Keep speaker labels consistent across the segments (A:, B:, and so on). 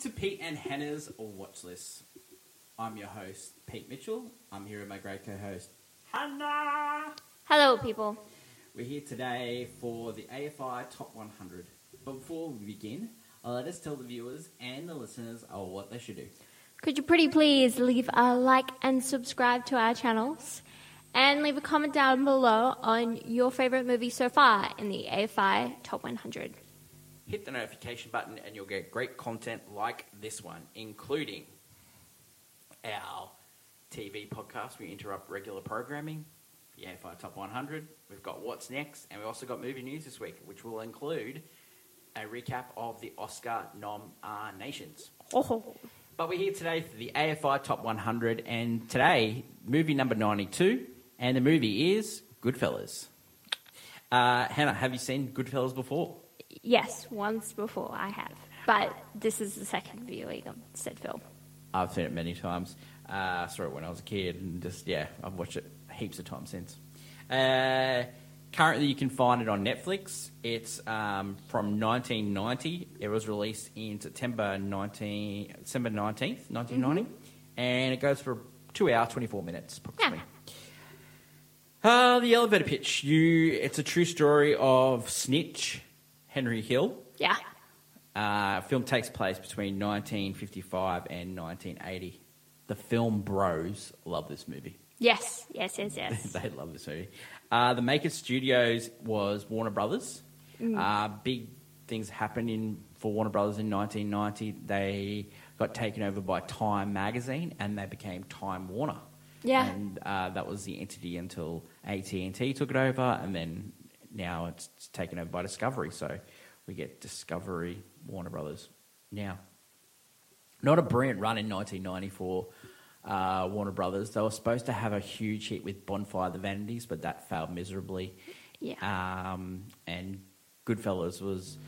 A: to Pete and Hannah's Watch List. I'm your host, Pete Mitchell. I'm here with my great co host, Hannah.
B: Hello, people.
A: We're here today for the AFI Top 100. But before we begin, uh, let us tell the viewers and the listeners uh, what they should do.
B: Could you pretty please leave a like and subscribe to our channels? And leave a comment down below on your favourite movie so far in the AFI Top 100.
A: Hit the notification button and you'll get great content like this one, including our TV podcast. We interrupt regular programming, the AFI Top 100. We've got What's Next, and we've also got movie news this week, which will include a recap of the Oscar nom uh, nations.
B: Oh,
A: But we're here today for the AFI Top 100, and today, movie number 92, and the movie is Goodfellas. Uh, Hannah, have you seen Goodfellas before?
B: yes, once before I have. But this is the second viewing of said film.
A: I've seen it many times. Uh, I saw it when I was a kid, and just yeah, I've watched it heaps of times since. Uh, currently, you can find it on Netflix. It's um, from 1990. It was released in September 19, December 19th, 1990, and it goes for two hours 24 minutes approximately. Uh, the elevator pitch. You, it's a true story of Snitch, Henry Hill.
B: Yeah.
A: Uh, film takes place between 1955 and 1980. The film bros love this movie.
B: Yes, yes, yes, yes.
A: they love this movie. Uh, the Maker Studios was Warner Brothers.
B: Mm.
A: Uh, big things happened in for Warner Brothers in 1990. They got taken over by Time Magazine and they became Time Warner.
B: Yeah.
A: And uh, that was the entity until AT&T took it over and then now it's taken over by Discovery. So we get Discovery Warner Brothers now not a brilliant run in 1994. Uh, Warner Brothers. They were supposed to have a huge hit with Bonfire of the Vanities, but that failed miserably.
B: Yeah.
A: Um, and Goodfellas was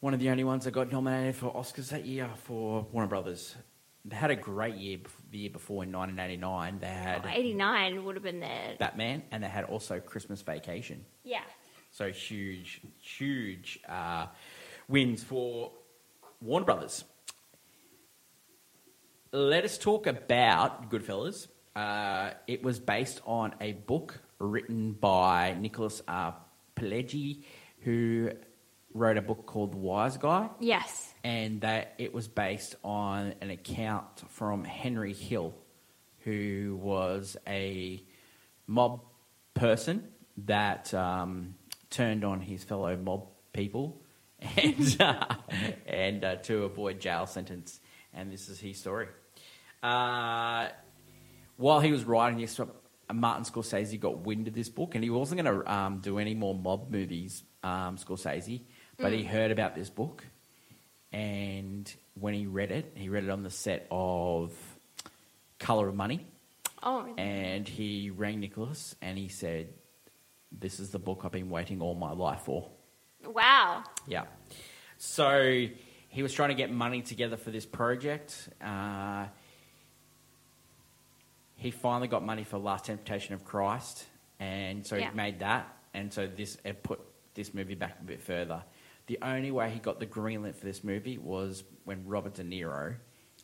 A: one of the only ones that got nominated for Oscars that year for Warner Brothers. They had a great year bef- the year before in 1989. They had
B: 89 Oh, would have been there.
A: Batman, and they had also Christmas Vacation.
B: Yeah.
A: So huge, huge uh, wins for Warner Brothers. Let us talk about Goodfellas. Uh, it was based on a book written by Nicholas R. Pileggi, who wrote a book called The Wise Guy
B: Yes.
A: and that it was based on an account from Henry Hill, who was a mob person that um, turned on his fellow mob people, and uh, and uh, to avoid jail sentence. And this is his story. Uh, while he was writing this, Martin Scorsese got wind of this book, and he wasn't going to um, do any more mob movies, um, Scorsese. But he heard about this book, and when he read it, he read it on the set of Color of Money,
B: Oh, really?
A: and he rang Nicholas and he said, "This is the book I've been waiting all my life for."
B: wow.
A: Yeah. So he was trying to get money together for this project. Uh, he finally got money for Last Temptation of Christ, and so
B: Yeah.
A: he made that, and so this it put this movie back a bit further. The only way he got the green light for this movie was when Robert De Niro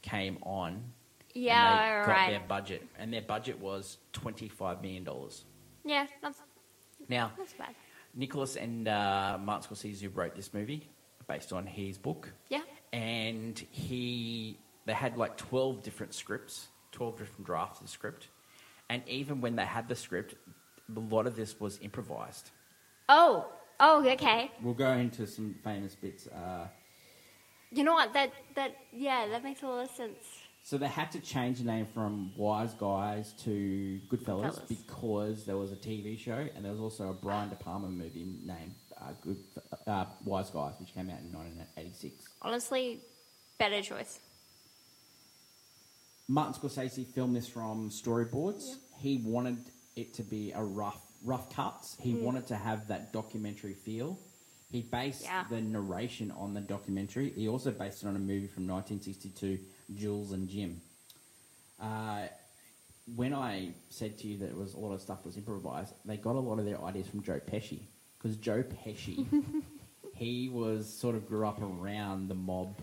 A: came on.
B: Yeah,
A: and
B: all
A: they got
B: right.
A: their budget, and their budget was twenty five million dollars.
B: Yeah, that's,
A: Now,
B: that's bad.
A: Nicholas and uh, Martin Scorsese wrote this movie based on his book,
B: Yeah.
A: and he they had like twelve different scripts, twelve different drafts of the script, and even when they had the script, a lot of this was improvised.
B: Oh, oh, okay.
A: We'll go into some famous bits. Uh,
B: You know what? That that yeah, that makes a lot of sense.
A: So they had to change the name from Wise Guys to Goodfellas
B: Goodfellas.
A: because there was a TV show and there was also a Brian De Palma movie named uh, Good, uh, Wise Guys, which came out in 1986.
B: Honestly, better choice.
A: Martin Scorsese filmed this from storyboards. He wanted it to be a rough, rough cuts. He wanted to have that documentary feel. He based
B: Yeah.
A: the narration on the documentary. He also based it on a movie from 1962, Jules and Jim. Uh, when I said to you that it was a lot of stuff was improvised, they got a lot of their ideas from Joe Pesci because Joe Pesci, he was sort of grew up around the mob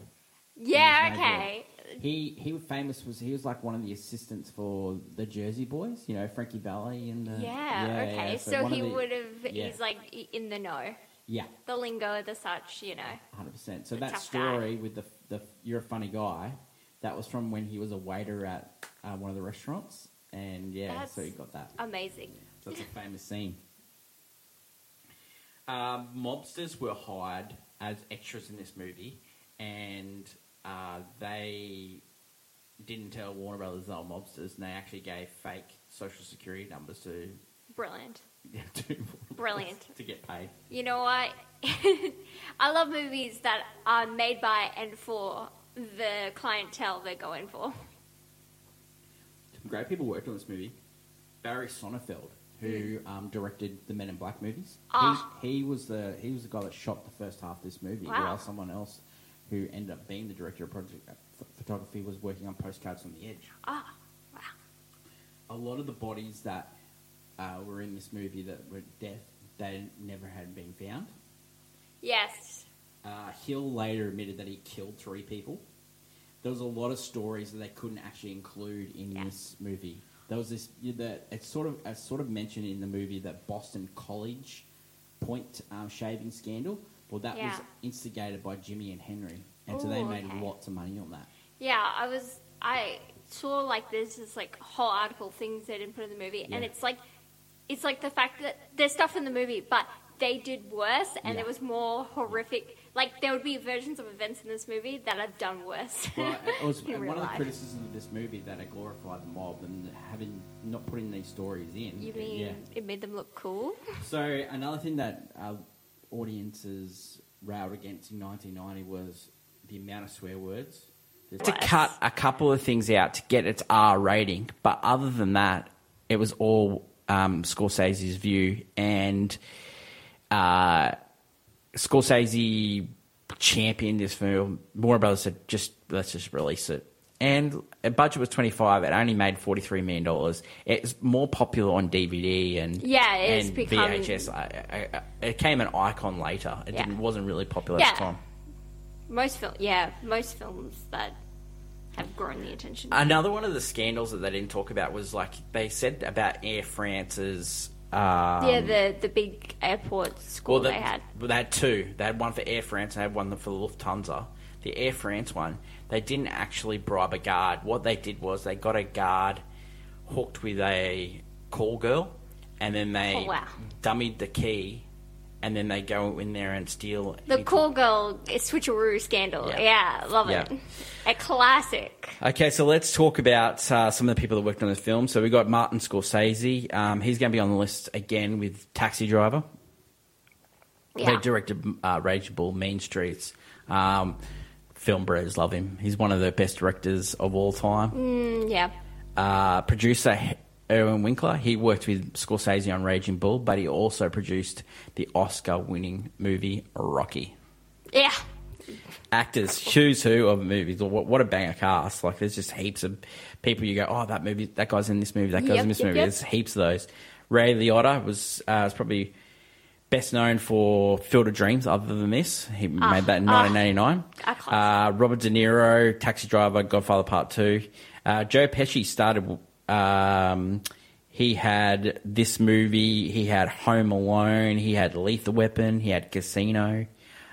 B: Yeah,
A: He's no
B: okay.
A: good. He he was famous was he was like one of the assistants for the Jersey Boys, you know Frankie Valley and the,
B: Yeah, okay.
A: Uh, yeah,
B: So,
A: one of
B: he
A: the-
B: would have,
A: yeah.
B: he's like i- in the know.
A: yeah
B: The lingo, the such, you know.
A: hundred percent. So
B: The
A: that
B: tough guy.
A: story with the the you're a funny guy, that was from when he was a waiter at uh, one of the restaurants, and yeah, so he
B: That's-
A: got that.
B: Amazing.
A: That's a famous scene. Um, mobsters were hired as extras in this movie, and uh, they didn't tell Warner Brothers they were mobsters, and they actually gave fake social security numbers to,
B: Brilliant.
A: to Warner Brothers
B: Brilliant.
A: to get paid.
B: You know what? I love movies that are made by and for the clientele they're going for.
A: Some great people worked on this movie. Barry Sonnenfeld, who um, directed the Men in Black movies,
B: Ah.
A: he, he was the he was the guy that shot the first half of this movie,
B: Wow.
A: while someone else who ended up being the director of project uh, ph- photography was working on postcards on the edge.
B: Ah, wow.
A: A lot of the bodies that uh, were in this movie that were dead, they never had been found.
B: Yes.
A: Uh, Hill later admitted that he killed three people. There was a lot of stories that they couldn't actually include in
B: Yeah.
A: this movie. There was this you- that it's sort of it's sort of mentioned in the movie that Boston College point um, shaving scandal. Well, that was
B: Yeah.
A: instigated by Jimmy and Henry, and so they
B: Ooh,
A: made
B: okay.
A: lots of money on that.
B: Yeah, I was. I saw like there's this like whole article things they didn't put in the movie, and
A: Yeah.
B: it's like, it's like the fact that there's stuff in the movie, but they did worse, and
A: Yeah.
B: there was more horrific. Like there would be versions of events in this movie that have done worse.
A: Well, it was
B: In
A: one
B: real
A: of the
B: life.
A: criticisms of this movie that it glorified the mob and having not putting these stories in.
B: you mean
A: yeah.
B: it made them look cool?
A: So another thing that uh, audiences railed against in 1990 was the amount of swear words. There's to
B: Words.
A: cut a couple of things out to get its R rating, but other than that, it was all um, Scorsese's view, and uh, Scorsese championed this film. Warner Brothers said, "Just let's just release it." And the budget was 25. It only made 43 million dollars. It's more popular on DVD and
B: Yeah, it's
A: and
B: become-
A: VHS. I, I, I, it came an icon later. It
B: Yeah.
A: didn't, wasn't really popular at
B: Yeah.
A: the time.
B: Most film, yeah, most films that have grown the attention.
A: Another one of the scandals that they didn't talk about was like they said about Air France's. Um,
B: yeah, the the big airport school
A: well, the-
B: they had.
A: well, they had two. They had one for Air France and they had one for Lufthansa. The Air France one, they didn't actually bribe a guard. What they did was they got a guard hooked with a call girl, and then they
B: Oh, wow.
A: dummied the key, and then they go in there and steal
B: The
A: it.
B: cool girl switcheroo scandal.
A: Yeah.
B: Yeah, love
A: Yeah.
B: it. A classic.
A: Okay, so let's talk about uh, some of the people that worked on this film. So we got Martin Scorsese. Um, he's going to be on the list again with Taxi Driver.
B: Yeah.
A: They directed uh, Rage Bull, Mean Streets. Um, film bros love him. He's one of the best directors of all time.
B: Mm, yeah.
A: Uh, producer H- Erwin Winkler. He worked with Scorsese on Raging Bull, but he also produced the Oscar-winning movie Rocky.
B: Yeah.
A: actors, who's who of movies. Or what, what a banger cast! Like there's just heaps of people. You go, oh, that movie, that guy's in this movie, that guy's
B: Yep,
A: in this
B: yep,
A: movie.
B: yep.
A: There's heaps of those. Ray Liotta was uh, was probably best known for Field of Dreams. Other than this, he made that in
B: ah,
A: 1989.
B: a classic.
A: Uh, Robert De Niro, Taxi Driver, Godfather Part Two. Uh, Joe Pesci started. Um, he had this movie. He had Home Alone. He had Lethal Weapon. He had Casino.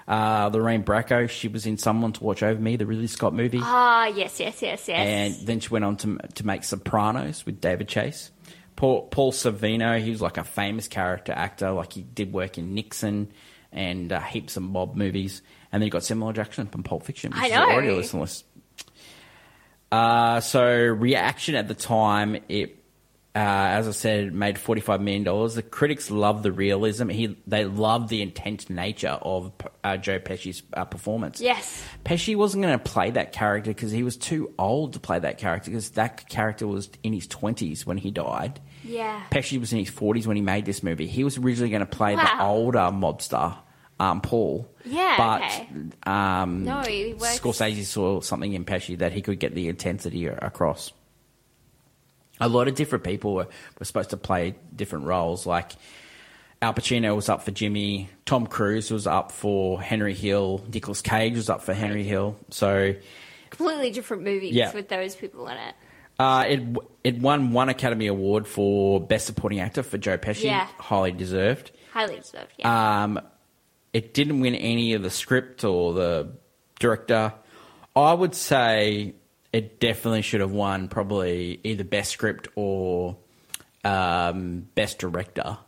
A: Uh, Lorraine Bracco. She was in Someone to Watch Over Me, the Ridley Scott movie,
B: Ah, yes, yes, yes, yes.
A: and then she went on to to make Sopranos with David Chase. Paul, Paul Savino. He was like a famous character actor. Like he did work in Nixon and uh, heaps of mob movies. And then you got Samuel L. Jackson from Pulp Fiction, which
B: I
A: is
B: know.
A: already a list on the list. Uh, so reaction at the time, it uh, as I said, it made forty five million dollars. The critics loved the realism. He they loved the intense nature of uh, Joe Pesci's uh, performance.
B: yes.
A: Pesci wasn't going to play that character because he was too old to play that character because that character was in his twenties when he died.
B: Yeah.
A: Pesci was in his forties when he made this movie. He was originally going to play the
B: Wow.
A: older mobster, um, Paul.
B: Yeah,
A: but
B: okay.
A: um,
B: No, he works-
A: Scorsese saw something in Pesci that he could get the intensity a- across. A lot of different people were, were supposed to play different roles. Like Al Pacino was up for Jimmy. Tom Cruise was up for Henry Hill. Nicolas Cage was up for Henry Hill. So
B: Completely different movies
A: Yeah.
B: with those people in it.
A: uh, it it won one Academy Award for Best Supporting Actor for Joe Pesci.
B: Yeah.
A: Highly deserved.
B: Highly deserved. Yeah.
A: Um, it didn't win any of the script or the director. I would say it definitely should have won probably either best script or um, best director.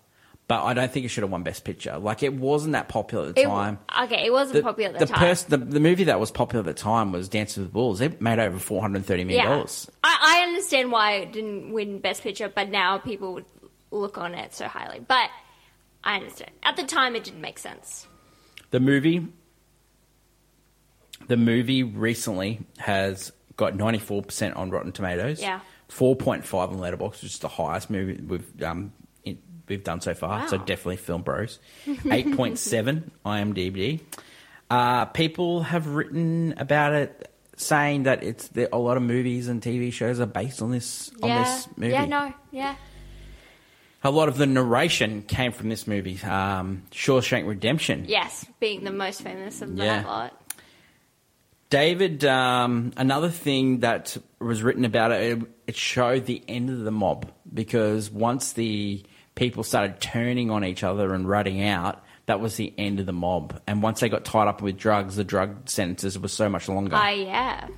A: But I don't think it should have won best picture. Like it wasn't that popular at the
B: It-
A: time.
B: okay, it wasn't popular at the, time.
A: pers- the, the movie that was popular at the time was Dancing with the Wolves. It made over four hundred thirty million
B: yeah.
A: dollars.
B: I, I understand why it didn't win Best Picture, but now people would look on it so highly. But I understand. At the time, it didn't make sense.
A: The movie, the movie recently has got ninety four percent on Rotten Tomatoes.
B: Yeah.
A: four point five on Letterboxd, which is the highest movie we've um in, we've done so far. So
B: Wow.
A: definitely Film Bros. Eight point seven IMDb. Uh, people have written about it, saying that it's that a lot of movies and TV shows are based on this on this movie.
B: Yeah, no, yeah.
A: A lot of the narration came from this movie, um, Shawshank Redemption.
B: Yes, being the most famous of
A: Yeah.
B: that lot.
A: David, um, another thing that was written about it, it, it showed the end of the mob because once the people started turning on each other and ratting out, that was the end of the mob. And once they got tied up with drugs, the drug sentences were so much longer.
B: Ah, yeah.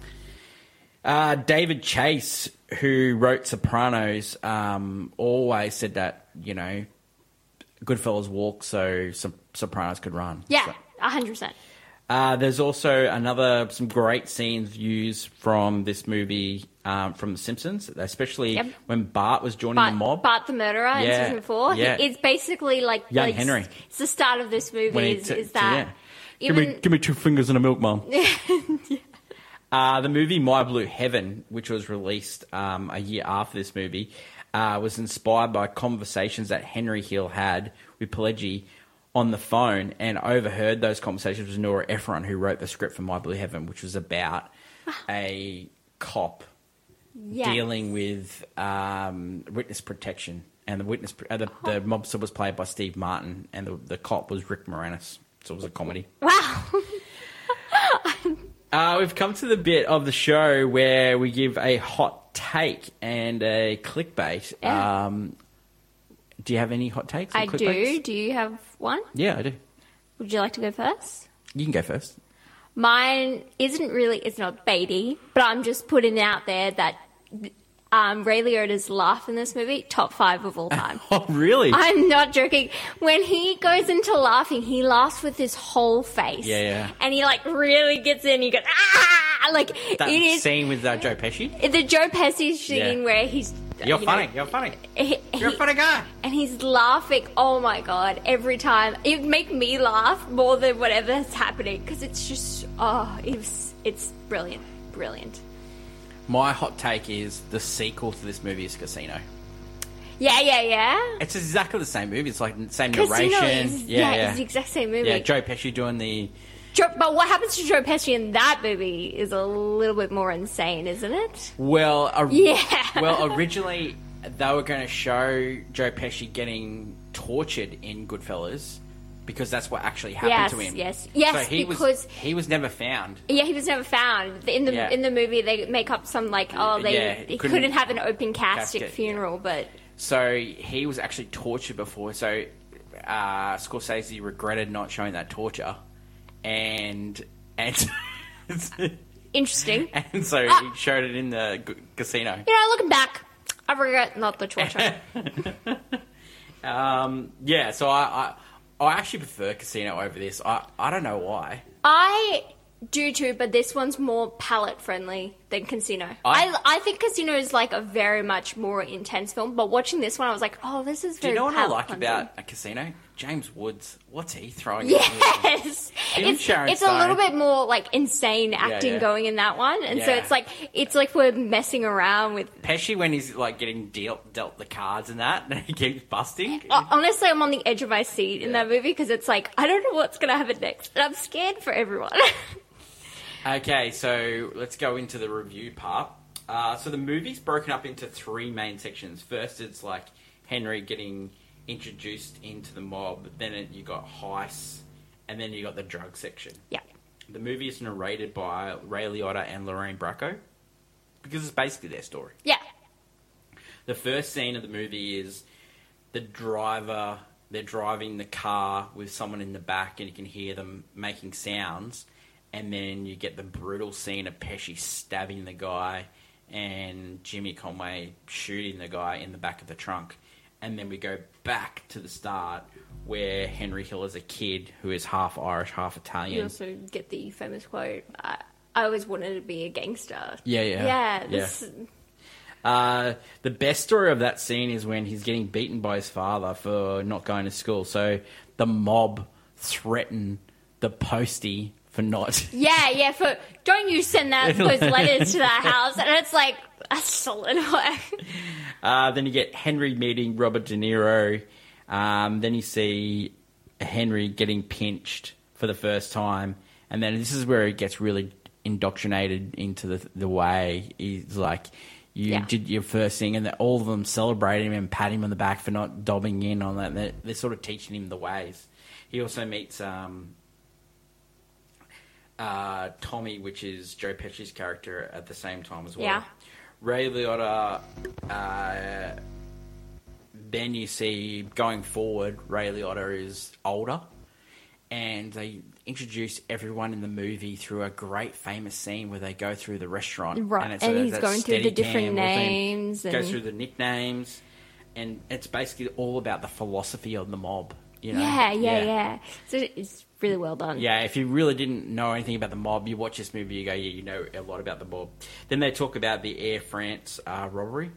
A: Uh, David Chase, who wrote Sopranos, um, always said that, you know, Goodfellas walk so Sop- Sopranos could run.
B: Yeah,
A: So-
B: a 100%.
A: uh, there's also another some great scenes used from this movie um, from The Simpsons, especially
B: Yep.
A: when Bart was joining
B: Bart,
A: the mob.
B: Bart the murderer
A: Yeah,
B: in season four.
A: yeah.
B: It's basically like
A: Young
B: like,
A: Henry.
B: It's the start of this movie.
A: When he
B: is,
A: t-
B: is
A: t-
B: that
A: yeah.
B: even?
A: give me give me two fingers and a milk, mum. uh, the movie My Blue Heaven, which was released um, a year after this movie, uh, was inspired by conversations that Henry Hill had with Pileggi on the phone, and overheard those conversations with Nora Ephron, who wrote the script for My Blue Heaven, which was about a cop
B: yeah.
A: dealing with um, witness protection. And the witness, pr- uh, the,
B: Uh-huh.
A: the mobster was played by Steve Martin, and the, the cop was Rick Moranis. So it was a comedy.
B: Wow.
A: Uh, we've come to the bit of the show where we give a hot take and a clickbait.
B: Yeah.
A: Um, do you have any hot takes? or
B: I do.
A: clickbaits?
B: Do you have one?
A: Yeah, I do.
B: Would you like to go first?
A: You can go first.
B: Mine isn't really. It's not baity, but I'm just putting out there that um, Ray Liotta's laugh in this movie top five of all time.
A: Oh, really?
B: I'm not joking. When he goes into laughing, he laughs with his whole face.
A: Yeah, yeah.
B: And he like really gets in. He goes ah, like
A: that
B: it is
A: scene with uh, Joe Pesci.
B: the Joe Pesci scene
A: Yeah.
B: where he's
A: You're
B: you know,
A: funny. you're funny.
B: he-
A: You're a
B: he-
A: funny guy.
B: and he's laughing. Oh my god! Every time it would make me laugh more than whatever's happening because it's just oh, it's it's brilliant, brilliant.
A: My hot take is the sequel to this movie is Casino.
B: Yeah, yeah, yeah.
A: It's exactly the same movie. It's like the same
B: Casino
A: narration.
B: is yeah,
A: yeah, yeah.
B: it's the exact same movie.
A: yeah, Joe Pesci doing the
B: Joe, but what happens to Joe Pesci in that movie is a little bit more insane, isn't it?
A: well. or-
B: Yeah.
A: well, originally they were going to show Joe Pesci getting tortured in Goodfellas because that's what actually happened
B: Yes,
A: to him.
B: yes. Yes,
A: So he was
B: because-
A: he was never found.
B: Yeah, he was never found. In the
A: Yeah.
B: in the movie, they make up some like oh they
A: Yeah,
B: he
A: couldn't-
B: couldn't, have an open casket,
A: Casket, yeah.
B: funeral, but
A: So he was actually tortured before. So uh, Scorsese regretted not showing that torture, and and.
B: interesting.
A: And so
B: Ah!
A: he showed it in the g- casino.
B: you know, looking back, I regret not the torture.
A: Um, Yeah, so I, I I actually prefer Casino over this. I I don't know why.
B: I do too, but this one's more palate friendly than Casino. I, I think Casino is like a very much more intense film, but watching this one, I was like, oh, this is
A: Do
B: very.
A: you know what I like
B: palate-cleansing.
A: about a Casino? James Woods. What's he throwing? at me?
B: Yes,
A: Him,
B: it's,
A: Sharon
B: it's a little
A: Stone.
B: bit more like insane acting
A: yeah.
B: going in that one, and so
A: Yeah.
B: it's like it's like we're messing around with.
A: Pesci when he's like getting dealt dealt the cards and that, and he keeps busting.
B: Uh, honestly, I'm on the edge of my seat in
A: Yeah.
B: that movie because it's like I don't know what's gonna happen next, and I'm scared for everyone.
A: Okay, so let's go into the review part. Uh, so the movie's broken up into three main sections. First, it's like Henry getting introduced into the mob. Then it, you got heists, and then you got the drug section.
B: Yeah.
A: The movie is narrated by Ray Liotta and Lorraine Bracco because it's basically their story.
B: Yeah.
A: The first scene of the movie is the driver. They're driving the car with someone in the back, and you can hear them making sounds. And then you get the brutal scene of Pesci stabbing the guy and Jimmy Conway shooting the guy in the back of the trunk. And then we go back to the start where Henry Hill is a kid who is half Irish, half Italian.
B: You also get the famous quote I, I always wanted to be a gangster.
A: Yeah, yeah.
B: Yeah. This,
A: Uh, the best story of that scene is when he's getting beaten by his father for not going to school. So the mob threaten the postie for not.
B: yeah. yeah, For don't you send that those letters to that house? And it's like that's solid work.
A: Uh, then you get Henry meeting Robert De Niro. Um, then you see Henry getting pinched for the first time, and then this is where it gets really indoctrinated into the the way he's like. You
B: Yeah.
A: did your first thing, and that all of them celebrate him and pat him on the back for not dobbing in on that. They're, they're sort of teaching him the ways. He also meets um, uh, Tommy, which is Joe Pesci's character, at the same time as well.
B: Yeah.
A: Ray Liotta. Uh, then you see going forward, Ray Liotta is older, and they introduce everyone in the movie through a great famous scene where they go through the restaurant,
B: Right, and he's going through the different
A: Steadicam
B: names
A: goes
B: and-
A: through the nicknames, and it's basically all about the philosophy of the mob. You know?
B: yeah, yeah, yeah, So it's really well done.
A: Yeah, if you really didn't know anything about the mob, you watch this movie, you go, yeah, you know a lot about the mob. Then they talk about the Air France uh, robbery.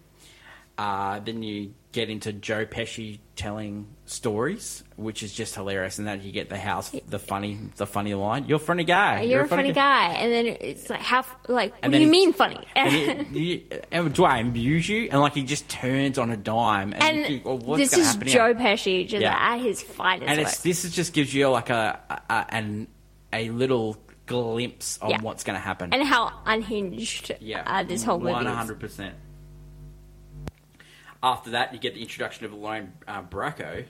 A: Uh, then you get into Joe Pesci telling stories, which is just hilarious. And that you get the house, the funny, the funny line. You're a funny guy.
B: You're, a funny guy, and then it's like how like
A: And
B: what
A: then
B: do you
A: he-
B: mean funny?
A: And, he- he- and do I abuse you? And like he just turns on a dime. And, you
B: And
A: think, well, what's
B: this
A: gonna
B: is
A: happen here?
B: Joe Pesci just
A: Yeah.
B: at his finest.
A: and
B: work.
A: it's this is just gives you like a, a, a an a little glimpse of
B: Yeah.
A: what's going to happen.
B: and how unhinged uh, this whole movie
A: One
B: is.
A: hundred percent. After that, you get the introduction of Lorraine uh, Bracco.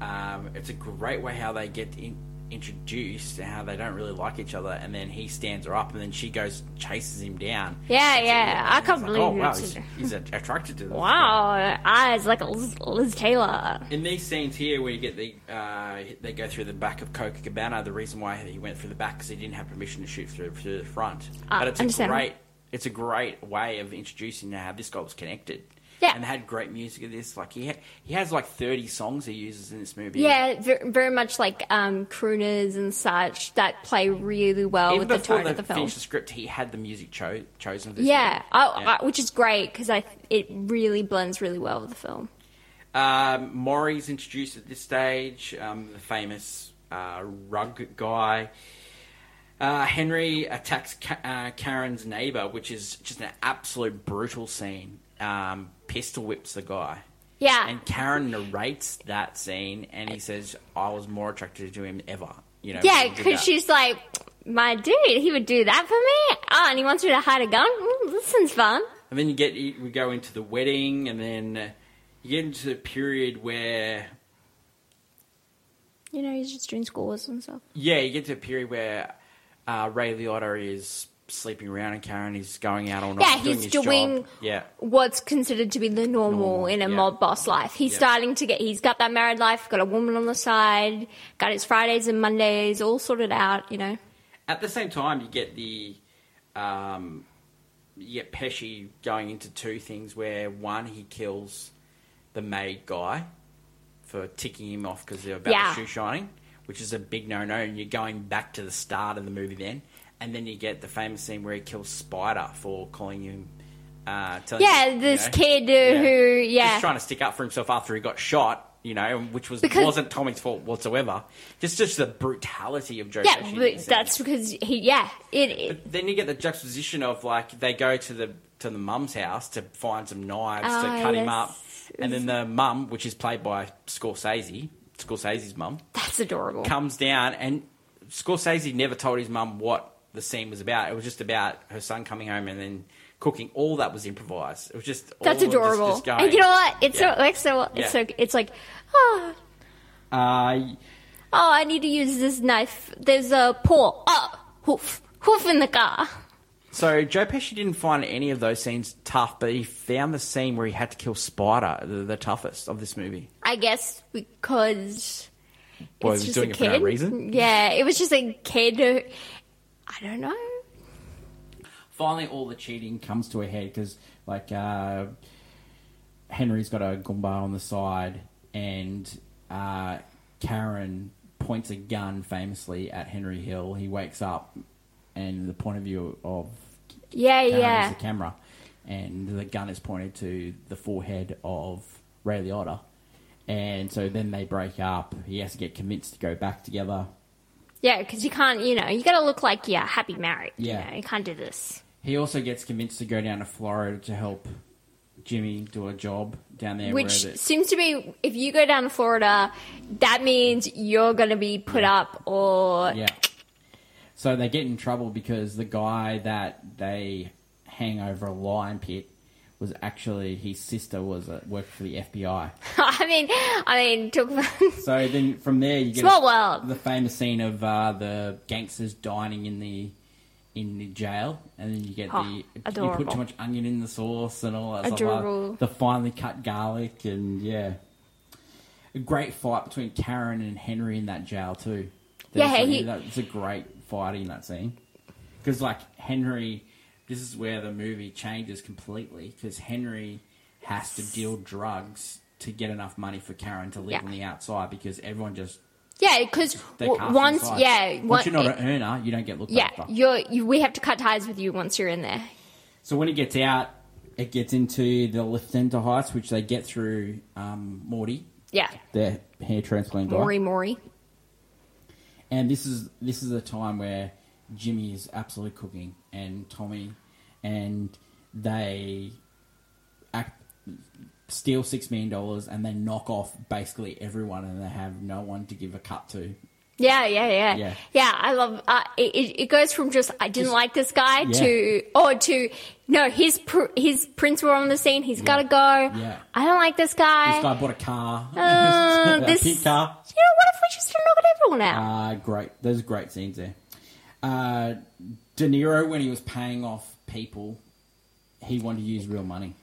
A: Um, it's a great way how they get in, introduced and how they don't really like each other, and then he stands her up, and then she goes chases him down.
B: Yeah,
A: It's
B: yeah. I can't
A: like,
B: believe
A: oh, wow,
B: it's-
A: he's, he's attracted to this. girl.
B: Wow, eyes like Liz, Liz Taylor.
A: In these scenes here, where you get the uh, they go through the back of Coca Cabana, the reason why he went through the back is he didn't have permission to shoot through, through the front.
B: Ah,
A: but it's a
B: understandable.
A: great it's a great way of introducing how this guy was connected.
B: Yeah.
A: and they had great music of this. Like he ha- he has like thirty songs he uses in this movie.
B: Yeah, ver- very much like um, crooners and such that play really well
A: even
B: with the
A: before
B: tone
A: they
B: of the film.
A: finished the script, he had the music cho- chosen. For this
B: Yeah,
A: movie.
B: I,
A: Yeah.
B: I, which is great because I it really blends really well with the film.
A: Um, Maury's introduced at this stage, um, the famous uh, rug guy. Uh, Henry attacks Ka- uh, Karen's neighbor, which is just an absolute brutal scene. Um, pistol whips the guy.
B: Yeah.
A: And Karen narrates that scene, and he says, I was more attracted to him ever. You know,
B: Yeah,
A: when he did
B: because
A: that.
B: she's like, my dude, he would do that for me. Oh, and he wants me to hide a gun. Mm, this sounds fun.
A: And then you get you- we go into the wedding, and then uh, you get into the period where
B: You know, he's just doing scores and stuff.
A: Yeah, you get to a period where uh, Ray Liotta is sleeping around and Karen is going out all night.
B: Yeah, he's
A: his job.
B: doing-
A: Yeah,
B: What's considered to be the normal,
A: Normal,
B: in a
A: yeah.
B: mob boss life. He's
A: Yeah.
B: starting to get. He's got that married life. Got a woman on the side. Got his Fridays and Mondays all sorted out. You know.
A: At the same time, you get the um, you get Pesci going into two things where one he kills the maid guy for ticking him off because they're about
B: Yeah.
A: the shoe shining, which is a big no no. And you're going back to the start of the movie then, and then you get the famous scene where he kills Spider for calling him. Uh, telling him,
B: Yeah,
A: you
B: this
A: know,
B: kid uh,
A: Yeah.
B: who, yeah,
A: just trying to stick up for himself after he got shot, you know, which was
B: Because-
A: wasn't Tommy's fault whatsoever. Just just the brutality of Joe.
B: yeah,
A: Pesci in
B: but
A: this
B: that's
A: scene.
B: because he, yeah, it, it
A: But then you get the juxtaposition of like they go to the to the mum's house to find some knives
B: Ah,
A: to cut him
B: yes.
A: up, and then the mum, which is played by Scorsese, Scorsese's mum,
B: that's adorable.
A: comes down and Scorsese never told his mum what the scene was about. It was just about her son coming home and then cooking. All that was improvised. It was just
B: That's
A: all of this
B: adorable.
A: just going.
B: and you know what? It's
A: Yeah.
B: so like so it's
A: Yeah.
B: so it's like oh,
A: Uh,
B: oh I need to use this knife. There's a paw. Oh hoof. Hoof in the car.
A: so Joe Pesci didn't find any of those scenes tough, but he found the scene where he had to kill Spider the, the toughest of this movie.
B: I guess because
A: Well,
B: it's
A: he was
B: just a
A: doing it for no
B: kid.
A: reason.
B: Yeah, it was just a kid who I don't know.
A: Finally, all the cheating comes to a head because, like, uh, Henry's got a Goomba on the side, and uh, Karen points a gun famously at Henry Hill. He wakes up, and the point of view of
B: Yeah,
A: Karen
B: yeah.
A: is the camera, and the gun is pointed to the forehead of Ray the Otter. And so then they break up. He has to get convinced to go back together.
B: Yeah, because you can't, you know, you got to look like you're happy married.
A: Yeah.
B: You, know, you can't do this.
A: He also gets convinced to go down to Florida to help Jimmy do a job down there.
B: Which
A: where the-
B: seems to be, if you go down to Florida, that means you're going to be put up or.
A: yeah. So they get in trouble because the guy that they hang over a lime pit was actually his sister was a, worked for the FBI.
B: I mean, I mean, talk about.
A: So then from there you get
B: Small world.
A: the famous scene of uh, the gangsters dining in the in the jail, and then you get
B: Oh,
A: the you put
B: adorable.
A: too much onion in the sauce and all that
B: Adorable.
A: stuff. Like, the finely cut garlic and yeah, a great fight between Karen and Henry in that jail too. There's
B: Yeah,
A: a-
B: he-
A: that- it's a great fight in that scene because like Henry, this is where the movie changes completely because Henry has to deal drugs to get enough money for Karen to live
B: Yeah.
A: on the outside because everyone just
B: Yeah, because
A: they cast
B: once,
A: inside.
B: yeah,
A: once
B: one-
A: you're not an earner, you don't get looked
B: yeah,
A: after.
B: you're you, we have to cut ties with you once you're in there.
A: So when it gets out, it gets into the Liftenda Heights, which they get through um, Morty,
B: Yeah,
A: their hair transplant guy.
B: Maury, Maury.
A: And this is this is a time where Jimmy is absolutely cooking, and Tommy, and they act, steal six million dollars, and they knock off basically everyone, and they have no one to give a cut to.
B: Yeah, yeah, yeah,
A: Yeah.
B: yeah. I love uh, it, it. It goes from just I didn't
A: Just-
B: like this guy
A: Yeah.
B: to or to no, his pr- his prints were on the scene. He's got to go.
A: Yeah.
B: I don't like this guy.
A: This guy bought a car,
B: Uh,
A: a
B: this-
A: pink car.
B: you know what if we just knock everyone out?
A: Uh, great. Those are great scenes there. Uh, De Niro, when he was paying off people, he wanted to use real money.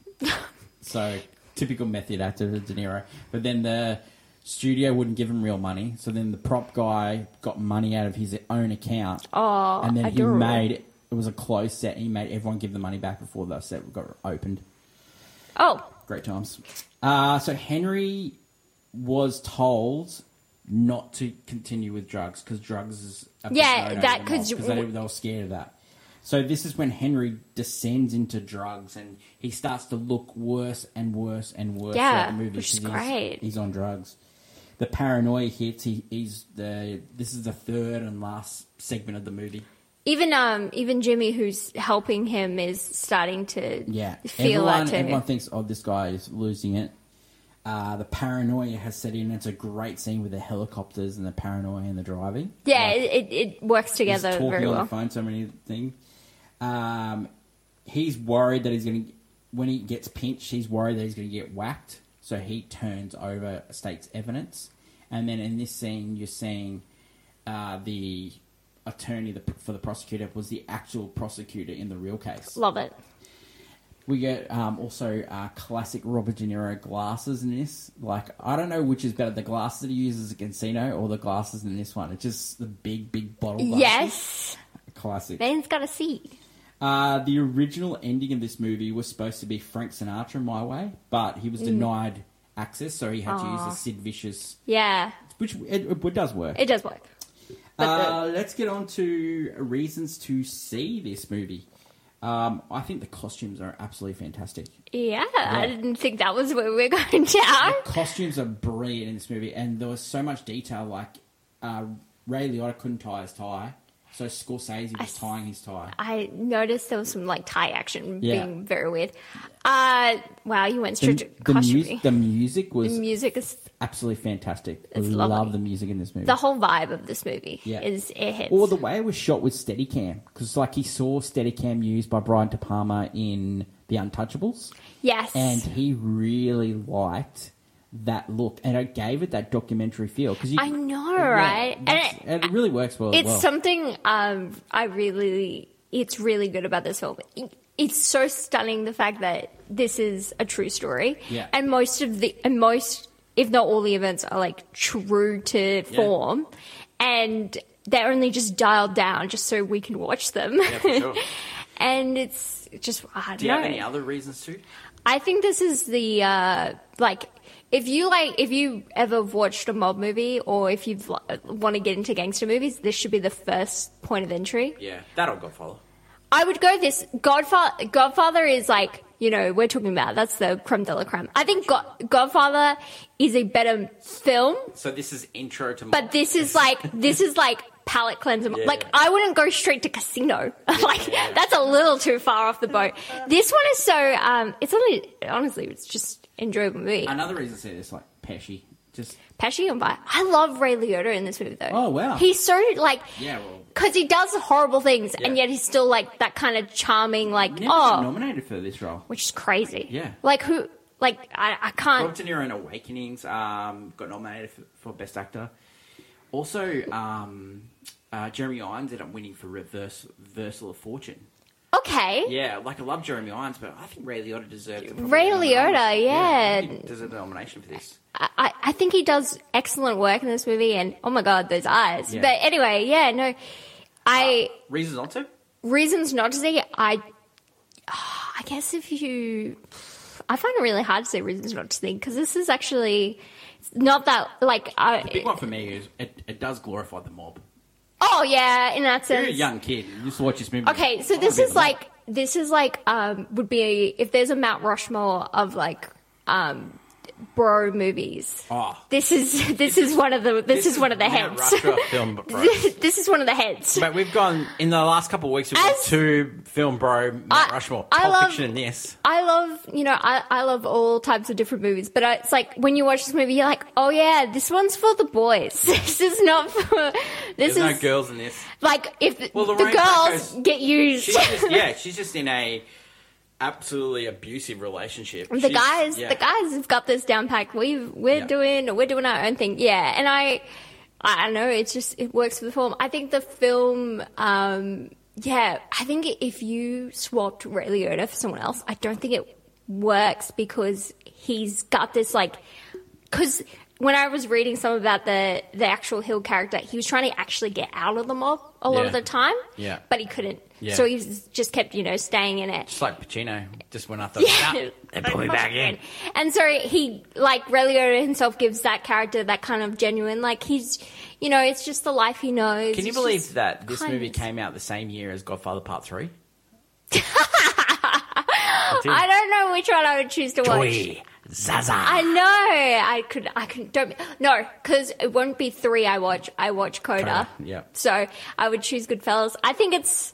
A: so typical method actor, De Niro. But then the studio wouldn't give him real money. So then the prop guy got money out of his own account.
B: Oh,
A: and then
B: adorable.
A: he made it was a closed set. He made everyone give the money back before the set got opened.
B: oh,
A: Great times. Uh, so Henry was told not to continue with drugs because drugs is a big
B: Yeah,
A: no-no to
B: that
A: them
B: could-
A: all, 'cause they, they were scared of that. So this is when Henry descends into drugs and he starts to look worse and worse and worse.
B: Yeah,
A: throughout the movie
B: which is
A: 'cause he's-
B: great.
A: He's on drugs. The paranoia hits. He, he's the. This is the third and last segment of the movie.
B: even um, even Jimmy, who's helping him, is starting to
A: Yeah,
B: feel
A: everyone,
B: that too.
A: everyone thinks, oh, this guy is losing it. Uh, the paranoia has set in. It's a great scene with the helicopters and the paranoia and the driving.
B: yeah,
A: Like,
B: it, it it works
A: he's
B: together
A: talking
B: very
A: on
B: well.
A: the phone so many things. Um, he's worried that he's going to when he gets pinched. He's worried that he's going to get whacked, so he turns over state's evidence. And then in this scene, you're seeing uh, the attorney the, for the prosecutor was the actual prosecutor in the real case.
B: Love it.
A: We get um, also uh, classic Robert De Niro glasses in this. Like, I don't know which is better, the glasses that he uses at casino or the glasses in this one. It's just the big, big bottle glasses.
B: Yes,
A: Classic.
B: Ben's got to see.
A: Uh, the original ending of this movie was supposed to be Frank Sinatra, My Way, but he was denied access, so he had to use
B: Aw.
A: the Sid Vicious,
B: Yeah,
A: which it, it does work.
B: it does work. but
A: Uh, let's get on to reasons to see this movie. Um, I think the costumes are absolutely fantastic.
B: Yeah,
A: Yeah.
B: I didn't think that was where we're going down.
A: the costumes are brilliant in this movie, and there was so much detail. Like uh, Ray Liotta couldn't tie his tie, So Scorsese was tying his tie.
B: I noticed there was some like Thai action
A: Yeah.
B: being very weird. Uh, wow, you went
A: The,
B: straight to
A: the,
B: costume.
A: mus- the music was
B: The music is
A: absolutely fantastic. I
B: It's
A: love
B: lovely.
A: the music in this movie.
B: the whole vibe of this movie
A: Yeah.
B: is airheads.
A: Or the way it was shot with Steadicam, because like he saw Steadicam used by Brian De Palma in The Untouchables,
B: yes,
A: and he really liked that look, and it gave it that documentary feel. Because
B: I know,
A: Yeah,
B: right? And
A: that's-
B: it-
A: and it really works well. as
B: it's
A: well.
B: something um, I really, it's really good about this film. It- It's so stunning the fact that this is a true story,
A: Yeah.
B: and most of the and most, if not all, the events are like true to form, and they're only just dialed down just so we can watch them. and it's just I don't know.
A: other reasons too?
B: I think this is the uh, like if you like if you ever watched a mob movie or if you want to get into gangster movies, this should be the first point of entry.
A: Yeah, that'll go follow.
B: I would go this Godfather. Godfather is like you know we're talking about that's the creme de la creme. I think God, Godfather is a better film,
A: So this is intro to.
B: but this is like this is like palate cleanser. Like I wouldn't go straight to Casino. like that's a little too far off the boat. This one is so um, it's only honestly it's just enjoyable movie.
A: another reason to say this, like Pesci, just
B: Pesci and Vi. I love Ray Liotta in this movie though.
A: Oh, wow.
B: He's so like
A: yeah, well,
B: because he does horrible things and
A: Yeah.
B: yet he's still like that kind of charming like
A: never
B: oh
A: nominated for this role.
B: which is crazy.
A: Yeah.
B: Like who? Like I, I
A: Robert
B: can't.
A: De Niro in Awakenings um, got nominated for, for Best Actor. Also, um, uh, Jeremy Irons ended up winning for Reverse Reversal of Fortune.
B: Okay.
A: Yeah, like I love Jeremy Irons, but I think Ray Liotta deserved. probably
B: Ray
A: a
B: Liotta,
A: nomination.
B: yeah.
A: he deserved a nomination for this.
B: I, I, I think he does excellent work in this movie, and oh my god, those eyes.
A: Yeah.
B: But anyway, yeah, no. I
A: Reasons not to?
B: reasons not to see it. I. I guess if you, I find it really hard to say reasons not to see because this is actually it's not that like I.
A: Big one for me is it, it does glorify the mob.
B: oh yeah, in that
A: If You're a
B: sense.
A: young kid. You just watch this movie.
B: Okay, so
A: I'll
B: this
A: be
B: is
A: the mob.
B: like this is like um would be if there's a Mount Rushmore of like um bro movies.
A: Oh.
B: This is this is one of the this, is one of the
A: Mount
B: heads.
A: Rushmore film, bro.
B: this is one of the heads.
A: But we've gone in the last couple of weeks. We've got
B: As-
A: two film bro Mount
B: I-
A: Rushmore.
B: I
A: Pulp
B: love-
A: Fiction and this.
B: I love, you know, I, I love all types of different movies, but I, it's like when you watch this movie, you're like, oh yeah, this one's for the boys. this is not for. This
A: There's no
B: is
A: girls in this.
B: like if the,
A: Well,
B: the
A: Lorraine
B: girls
A: Bracco's-
B: get used.
A: She's just, yeah, she's just in a absolutely abusive relationship.
B: the
A: She's-
B: guys
A: yeah.
B: the guys have got this down packed we we're
A: Yeah.
B: doing we're doing our own thing yeah and i i don't know it's just it works for the film i think the film um yeah i think if you swapped ray liotta for someone else i don't think it works because he's got this like because when I was reading some about the the actual Hill character, he was trying to actually get out of the mob a lot
A: Yeah.
B: of the time,
A: Yeah.
B: but he couldn't.
A: Yeah.
B: So he just kept, you know, staying in it.
A: Just like Pacino, just went after
B: Yeah.
A: and put me back in.
B: And so he, like, Relio himself gives that character that kind of genuine, like, he's, you know, it's just the life he knows.
A: Can you
B: It's
A: believe
B: just
A: that this
B: kindness.
A: movie came out the same year as Godfather Part Three?
B: oh, I don't know which one I would choose to watch.
A: Zaza.
B: I know. I could. I could. Don't. No, because it won't be three. I watch. I watch Coda.
A: Coda, yeah.
B: So I would choose Goodfellas. I think it's.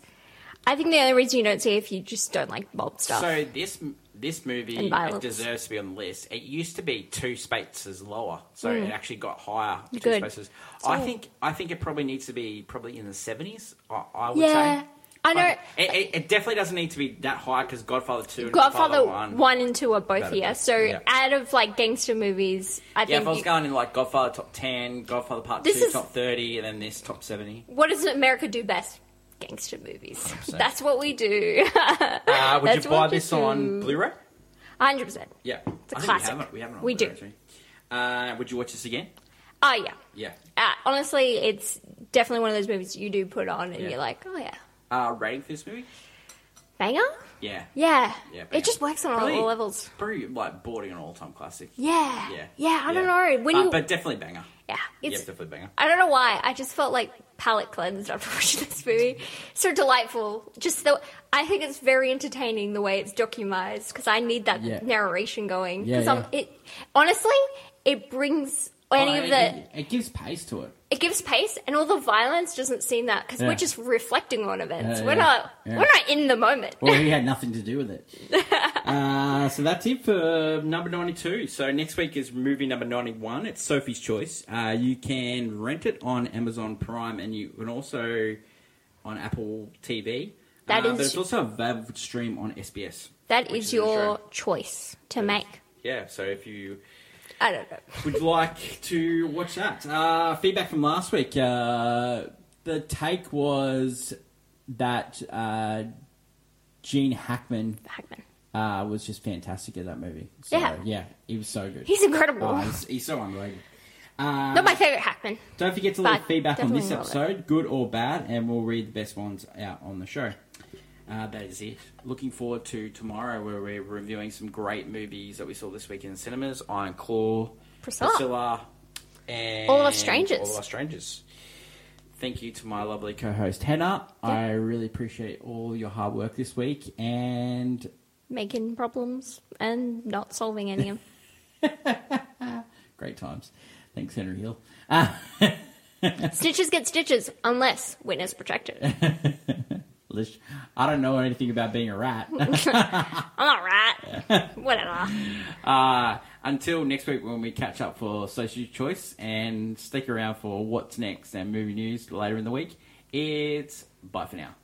B: I think the only reason you don't see it if you just don't like mob stuff.
A: so this this movie
B: And violence.
A: it deserves to be on the list. It used to be two spaces lower, so it actually got higher. Two
B: Mm. Good.
A: spaces.
B: So-
A: I think I think it probably needs to be probably in the seventies. I, I would
B: yeah.
A: say.
B: I know.
A: Like, it, it, it definitely doesn't need to be that high because Godfather Two and
B: Godfather
A: Godfather,
B: one.
A: One.
B: and two are both
A: That'd
B: here.
A: be-
B: So
A: yeah.
B: out of like gangster movies, I
A: Yeah,
B: think
A: if I was
B: you-
A: going in like Godfather top ten, Godfather Part
B: This
A: Two
B: is-
A: top thirty, and then this top seventy.
B: what does America do best? Gangster movies.
A: 100%.
B: That's what we do.
A: Uh, would
B: That's
A: you buy
B: what you
A: this on
B: do.
A: Blu-ray?
B: Hundred percent.
A: Yeah,
B: a
A: I think We
B: classic.
A: have it. We, have it on
B: We
A: Blu-ray,
B: do.
A: actually. Uh, would you watch this again?
B: Oh yeah.
A: Yeah.
B: Uh, honestly, it's definitely one of those movies you do put on and
A: Yeah.
B: you're like, oh yeah,
A: Uh, rating for this movie?
B: banger.
A: Yeah.
B: Yeah.
A: Yeah, banger.
B: it just works on
A: Probably-
B: all levels.
A: Pretty like bordering on all-time classic.
B: Yeah.
A: Yeah.
B: I don't know when
A: but,
B: you.
A: but definitely banger.
B: yeah.
A: Yeah,
B: It's.
A: definitely banger.
B: I don't know why. I just felt like palate cleansed after watching this movie. So delightful. Just the. I think it's very entertaining the way it's documented because I need that
A: Yeah.
B: narration going.
A: Yeah,
B: Because
A: yeah.
B: it honestly it brings or any
A: Oh,
B: of
A: it-
B: the
A: It, it gives pace to it.
B: it gives pace and all the violence doesn't seem that because
A: Yeah.
B: we're just reflecting on events
A: Yeah,
B: we're
A: yeah,
B: not
A: yeah.
B: we're not in the moment
A: Well, he had nothing to do with it. uh, so that's it for number 92. So next week is movie number 91. It's Sophie's Choice. Uh, you can rent it on Amazon Prime and you and also on Apple TV.
B: That
A: uh,
B: is-
A: But it's also a VAV stream on SBS.
B: that
A: Which
B: is
A: is a
B: your choice to make
A: Yeah, so if you
B: i don't know
A: would like to watch that. Uh, feedback from last week. Uh, the take was that uh, Gene Hackman
B: hackman
A: uh, was just fantastic in that movie. So,
B: Yeah.
A: yeah, he was so good.
B: he's incredible
A: Oh, he's, he's so underrated. Uh,
B: not my favorite hackman
A: don't forget to leave
B: but
A: feedback on this
B: definitely not
A: episode, good or bad, and we'll read the best ones out on the show. Uh, that is it. Looking forward to tomorrow, where we're reviewing some great movies that we saw this week in cinemas: Iron Claw,
B: Priscilla.
A: Priscilla, and
B: All Our Strangers.
A: All Our Strangers. Thank you to my lovely co-host Hannah. I really appreciate all your hard work this week, and
B: making problems and not solving any of them
A: great times. Thanks, Henry Hill.
B: snitches get stitches unless witness protected i'm
A: Lish, I don't know anything about being a rat.
B: all right whatever
A: Uh, until next week when we catch up for Social Choice and stick around for what's next and movie news later in the week. It's bye for now.